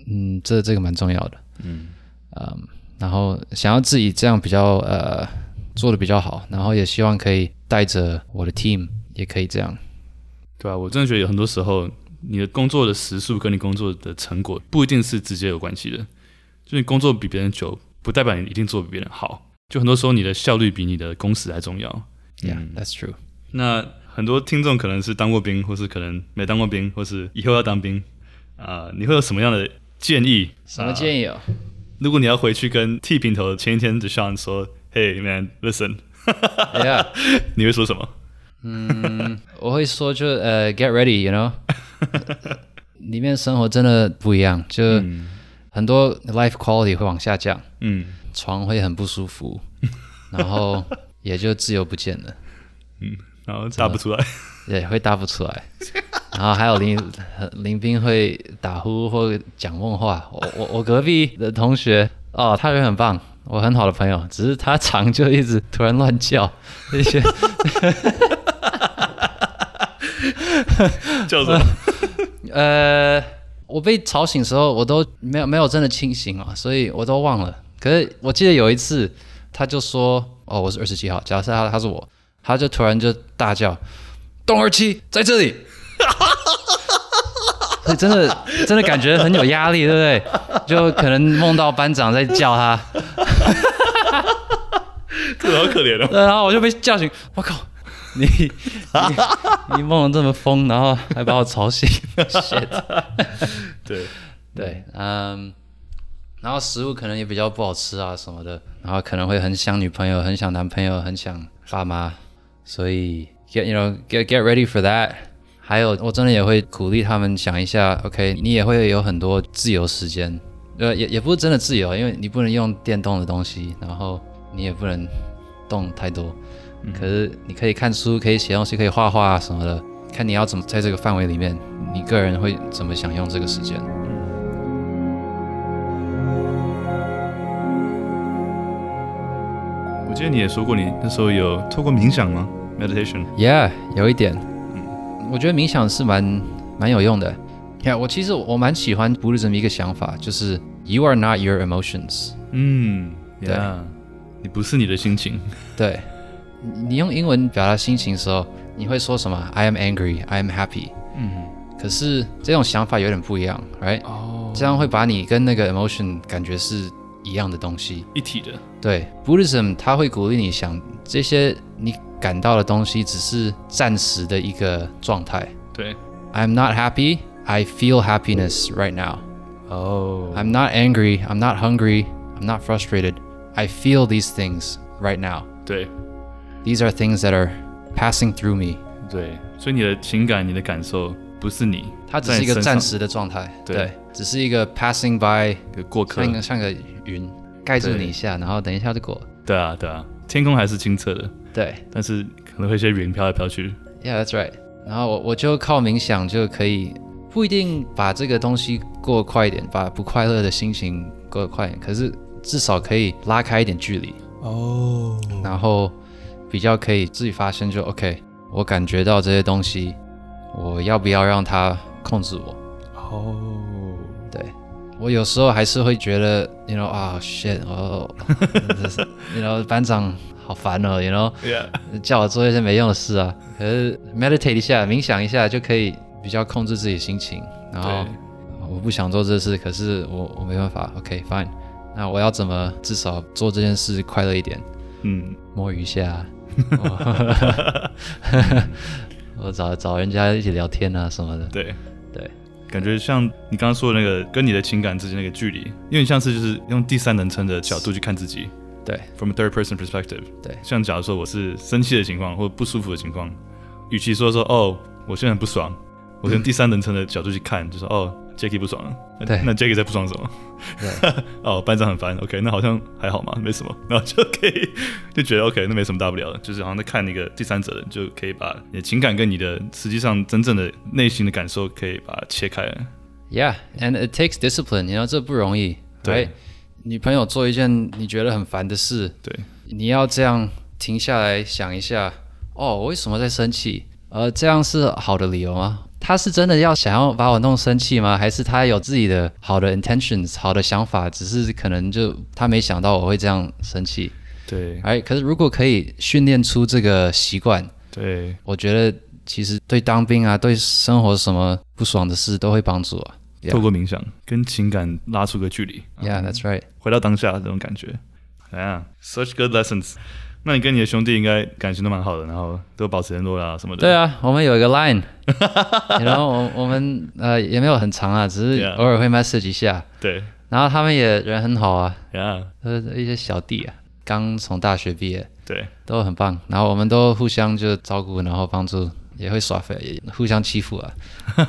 嗯，这这个蛮重要的。
嗯
嗯，然后想要自己这样比较呃做的比较好，然后也希望可以带着我的 team 也可以这样。
对啊，我真的觉得有很多时候，你的工作的时数跟你工作的成果不一定是直接有关系的。就你工作比别人久，不代表你一定做比别人好。就很多时候，你的效率比你的工时还重要。
Yeah, that's true.
那很多听众可能是当过兵，或是可能没当过兵，或是以后要当兵啊、你会有什么样的建议？
什么建议哦？
如果你要回去跟剃平头前一天的 Sean 说：“Hey man, listen。
Yeah. ”
你会说什么？
我会说就呃、get ready，you know，里面生活真的不一样，就很多 life quality 会往下降，
嗯
床会很不舒服，然后也就自由不见了。
嗯，然后答不出来。
对，会答不出来。然后还有林林斌会打呼或讲梦话。我我我隔壁的同学哦，他人很棒，我很好的朋友，只是他常就一直突然乱叫一些
叫什么？
呃，我被吵醒的时候，我都没有没有真的清醒啊，所以我都忘了。可是我记得有一次，他就说：“哦，我是二十七号。”假设他他是我，他就突然就大叫：“东二七在这里！”所以真的真的感觉很有压力，对不对？就可能梦到班长在叫他，
这个好可怜哦。
对然后我就被叫醒，我靠！你你你梦得这么疯，然后还把我吵醒 ，shit！
对，
对，嗯，然后食物可能也比较不好吃啊什么的，然后可能会很想女朋友，很想男朋友，很想爸妈，所以 get you know get get ready for that。还有，我真的也会鼓励他们想一下，OK，你也会有很多自由时间，呃，也也不是真的自由，因为你不能用电动的东西，然后你也不能动太多，可是你可以看书，可以写东西，可以画画啊什么的，看你要怎么在这个范围里面，你个人会怎么享用这个时间。
我记得你也说过，你那时候有透过冥想吗？Meditation。
Yeah，有一点。我觉得冥想是蛮蛮有用的。Yeah，我其实我蛮喜欢 Buddhism 一个想法，就是 You are not your emotions。
嗯，
对
呀，你不是你的心情。
对，你你用英文表达心情的时候，你会说什么？I am angry, I am happy。
嗯，
可是这种想法有点不一样，right？
哦，
这样会把你跟那个 emotion 感觉是一样的东西。
一体的。
对，Buddhism 它会鼓励你想这些你感到的东西只是暂时的一个状态。
对，
I'm not happy. I feel happiness right now.
哦
I'm not angry. I'm not hungry. I'm not frustrated. I feel these things right now.
对
These are things that are passing through me.
对，所以你的情感、你的感受不是你，
它只是一个
在你身上
暂时的状态，
对
对，只是一个 passing by，
一个过客
像。个像个云盖住
对
你一下，然后等一下就过了。
对啊，对啊，天空还是清澈的，
对
但是可能会有一些云飘来飘去。
，Yeah, that's right. 然后我我就靠冥想就可以，不一定把这个东西过快一点，把不快乐的心情过得快一点，可是至少可以拉开一点距离。
哦，
然后比较可以自己发现就 OK，我感觉到这些东西，我要不要让它控制我？
哦，
对我有时候还是会觉得，you know 啊、shit，哦、y o u know 班长好烦哦，you know
Yeah，
叫我做一些没用的事啊。可是 meditate 一下，冥想一下就可以比较控制自己心情。然后我不想做这事，可是我我没办法，OK fine，那我要怎么至少做这件事快乐一点？
嗯，
摸鱼一下，啊我哦 找找人家一起聊天啊什么的。
对。
对，
感觉像你刚刚说的那个跟你的情感之间那个距离，因为像是就是用第三人称的角度去看自己
对，
，from a third person perspective。
对
像假如说我是生气的情况或不舒服的情况，与其说说哦我现在很不爽，我是用第三人称的角度去看，就说哦 Jacky 不爽了，那
对
那 Jacky 在不爽什么？ 哦，班长很烦，OK，那好像还好嘛，没什么，然后就可以就觉得 OK，那没什么大不了的，就是好像在看一个第三者的，就可以把你的情感跟你的实际上真正的内心的感受可以把它切开了。
Yeah，and it takes discipline，你知道这不容易。
对
right？你朋友做一件你觉得很烦的事，
对，
你要这样停下来想一下，哦，我为什么在生气？呃，这样是好的理由吗？他是真的要想要把我弄生气吗？还是他有自己的好的 intentions、好的想法，只是可能就他没想到我会这样生气。
对，
哎，可是如果可以训练出这个习惯，
对，
我觉得其实对当兵啊，对生活什么不爽的事都会帮助啊。Yeah
透过冥想跟情感拉出个距离，
Yeah, that's right.
回到当下这种感觉。啊、yeah,，such good lessons。那你跟你的兄弟应该感情都蛮好的，然后都保持联络啦、什么的。
对，啊，我们有一个 line，然后我 我们呃也没有很长啊，只是
Yeah
偶尔会 message 一下。
对，
然后他们也人很好啊，
呀、
都是一些小弟啊，刚从大学毕业，
对，
都很棒。然后我们都互相就照顾，然后帮助，也会耍废，也互相欺负啊，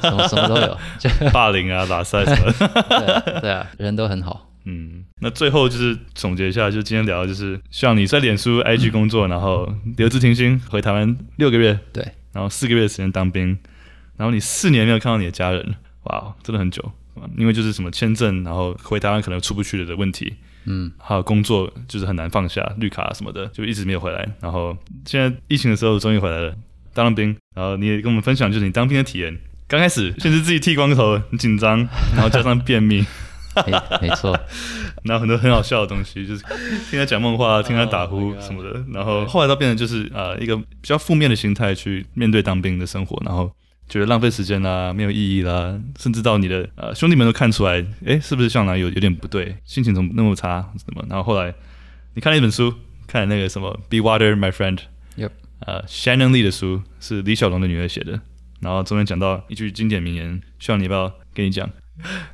什么什么都有。 就
霸凌啊、 拉塞什么的。
对啊，人都很好。
嗯，那最后就是总结一下，就今天聊的就是，像你在脸书、IG 工作，然后留职停薪，回台湾六个月，
对，
然后四个月的时间当兵，然后你四年没有看到你的家人，哇，真的很久，因为就是什么签证，然后回台湾可能出不去的问题，
嗯，
还有工作就是很难放下，绿卡什么的，就一直没有回来。然后现在疫情的时候终于回来了，当了兵，然后你也跟我们分享就是你当兵的体验。刚开始先是自己剃光头，很紧张，然后加上便秘。
没没错，
然后很多很好笑的东西， 就是听他讲梦话、啊听他打呼什么的。然后后来到变成就是呃一个比较负面的心态去面对当兵的生活，然后觉得浪费时间啦、没有意义啦，甚至到你的呃兄弟们都看出来，诶，是不是向南有有点不对，心情怎么那么差怎么？然后后来你看了一本书，看了那个什么《Be Water, My Friend》，
Yep
呃 Shannon Lee 的书是李小龙的女儿写的，然后中间讲到一句经典名言，希望你不要跟你讲。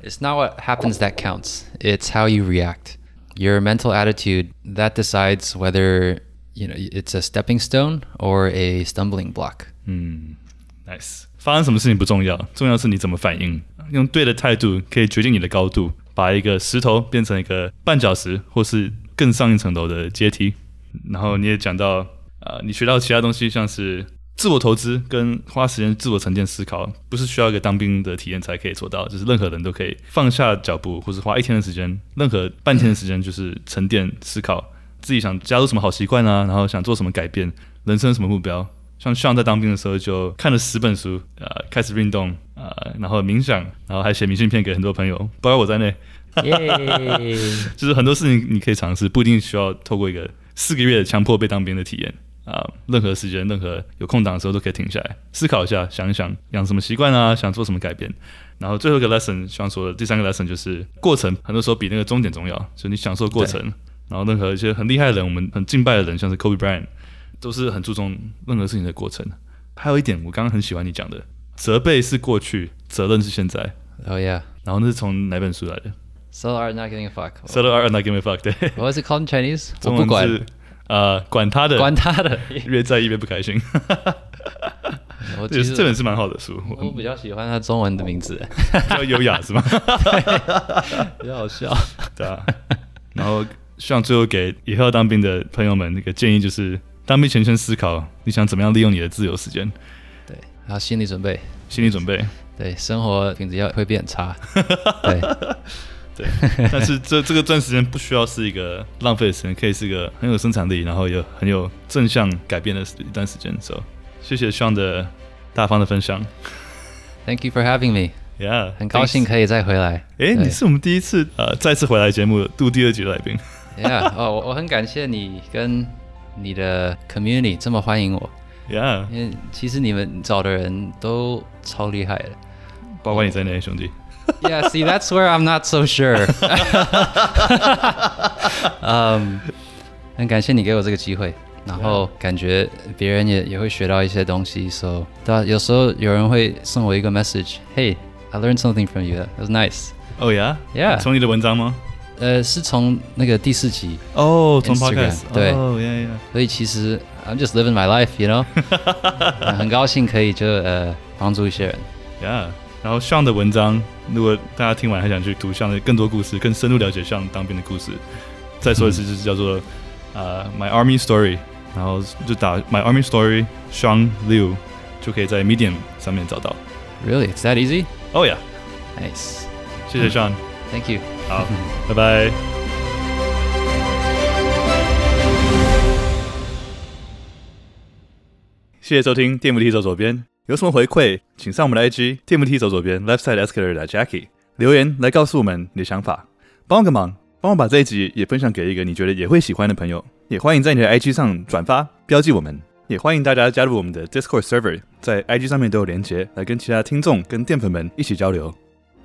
It's not what happens that counts. It's how you react. Your mental attitude that decides whether you know it's a stepping stone or a stumbling block.
Nice，发生什么事情不重要，重要是你怎么反应。用对的态度可以决定你的高度，把一个石头变成一个绊脚石，或是更上一层楼的阶梯。然后你也讲到，呃，你学到其他东西，像是自我投资跟花时间自我沉淀思考，不是需要一个当兵的体验才可以做到，就是任何人都可以放下脚步，或是花一天的时间，任何半天的时间，就是沉淀思考，自己想加入什么好习惯啊，然后想做什么改变，人生有什么目标。像像在当兵的时候就看了十本书，呃，开始运动，呃，然后冥想，然后还写明信片给很多朋友，包括我在内，就是很多事情你可以尝试，不一定需要透过一个四个月强迫被当兵的体验啊、任何时间、任何有空档的时候都可以停下来思考一下，想一想养什么习惯啊，想做什么改变。然后最后一个 lesson，希望说的第三个 lesson 就是过程，很多时候比那个终点重要，就是你享受过程。然后任何一些很厉害的人，我们很敬拜的人，像是 Kobe Bryant，都是很注重任何事情的过程。还有一点，我刚刚很喜欢你讲的，责备是过去，责任是现在。
Oh yeah.
然后那是从哪本书来的
So are not giving a fuck.
？So the art and I give a fuck，对。
What is it called in Chinese? 我
中
不
文
管，
是呃，管他的，
管他的。
越在意越不开心。
我其
这这
实哦
本是蛮好的书，
我比较喜欢他中文的名字，
比较优 雅是吗？
比较好笑。
对啊。然后，希望最后给以后要当兵的朋友们那个建议就是，当兵前先思考你想怎么样利用你的自由时间，
对，还有心理准备，
心理准备。
对，生活品质要会变差。对
对，但是这这个段时间不需要是一个浪费的时间，可以是一个很有生产力，然后也很有正向改变的一段时间。So，谢谢 Sean 的大方的分享。
Thank you for having me，
Yeah，
很高兴
thanks。
可以再回来。
哎，
对
你是我们第一次呃再次回来节目录第二集的来 宾。
Yeah，哦，我我很感谢你跟你的 community 这么欢迎我，
Yeah，
因为其实你们找的人都超厉害的。
包括你在内，兄弟。
Yeah, see, that's where I'm not so sure. 嗯，Um, 很感谢你给我这个机会，然后感觉别人也也会学到一些东西，so 对啊，有时候有人会送我一个 message，Hey, I learned something from you. That was nice.
Oh yeah，Yeah，
Yeah
从你的文章吗？
呃，是从那个第四集，
哦，从
Oh， Instagram，
Podcast。
对
哦，Yeah Yeah。
所以其实 I'm just living my life, you know 呃。很高兴可以就呃帮助一些人。
Yeah，然后上的文章，如果大家听完还想去读上的更多故事，更深入了解上当兵的故事，再说一次就是叫做呃、My Army Story，然后就打 My Army Story 上 Liu 就可以在 Medium 上面找到。
Really, it's that easy?
Oh yeah，
Nice.
谢
嗯
谢上，
Thank you.
好，拜拜。谢谢收听《电扶梯走左边》，有什么回馈，请上我们的 IG《电扶梯走左边》（Left Side Escalator） 的 Jackie 留言来告诉我们你的想法。帮我个忙，帮我把这一集也分享给一个你觉得也会喜欢的朋友。也欢迎在你的 IG 上转发标记我们，也欢迎大家加入我们的 Discord server，在 IG 上面都有连结，来跟其他听众跟淀粉们一起交流。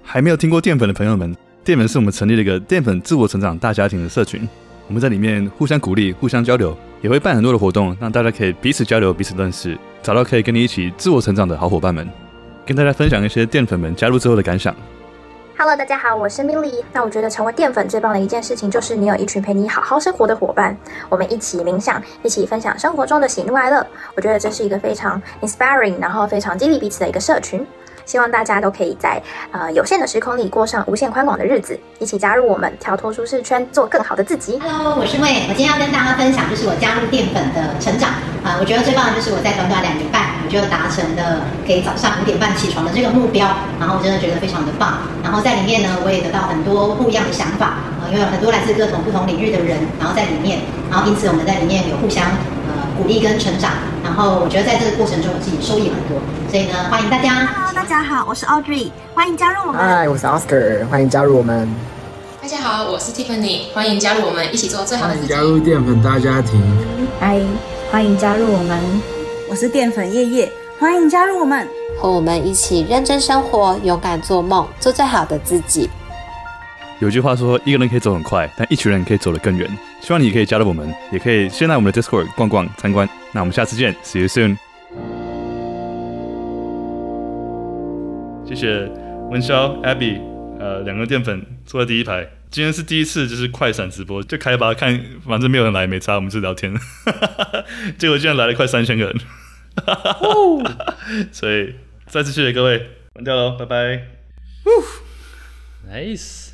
还没有听过淀粉的朋友们，淀粉是我们成立了一个淀粉自我成长大家庭的社群，我们在里面互相鼓励、互相交流，也会办很多的活动，让大家可以彼此交流、彼此认识，找到可以跟你一起自我成长的好伙伴们，跟大家分享一些淀粉们加入之后的感想。
Hello，大家好，我是 Milly。那我觉得成为淀粉最棒的一件事情，就是你有一群陪你好好生活的伙伴，我们一起冥想，一起分享生活中的喜怒哀乐。我觉得这是一个非常 inspiring，然后非常激励彼此的一个社群。希望大家都可以在呃有限的时空里过上无限宽广的日子，一起加入我们，跳脱舒适圈，做更好的自己。
Hello，我是魏，我今天要跟大家分享就是我加入淀粉的成长啊、我觉得最棒的就是我在短短两年半我就达成了可以早上五点半起床的这个目标，然后我真的觉得非常的棒。然后在里面呢，我也得到很多不一样的想法啊、因为有很多来自各种不同领域的人，然后在里面，然后因此我们在里面有互相呃鼓励跟成长，然后我觉得在这个过程中我自己收益很多，所以呢，欢迎大家。
Hello，大家好，我是 Audrey，欢迎加入我
嗨，我是 Oscar，欢迎加入我们，
大家好，我是 Tiffany，欢迎加入我们一起做最好的自己。
淀粉大家庭。
嗨，欢迎加入我们。
我是淀粉夜夜，欢迎加入我们。
和我们一起认真生活，勇敢做梦，做最好的自己。
有句话说，一个人可以走很快，但一群人可以走得更远。希望你也可以加入我们，也可以先来我们的 Discord 逛逛、参观。那我们下次见，See you soon。谢谢文潇、Abby，呃，两个淀粉坐在第一排。今天是第一次，就是快闪直播，就开吧，看反正没有人来，没差，我们就聊天。 结果竟然来了快三千个人， 所以再次谢谢各位，关掉喽，拜拜。
Nice.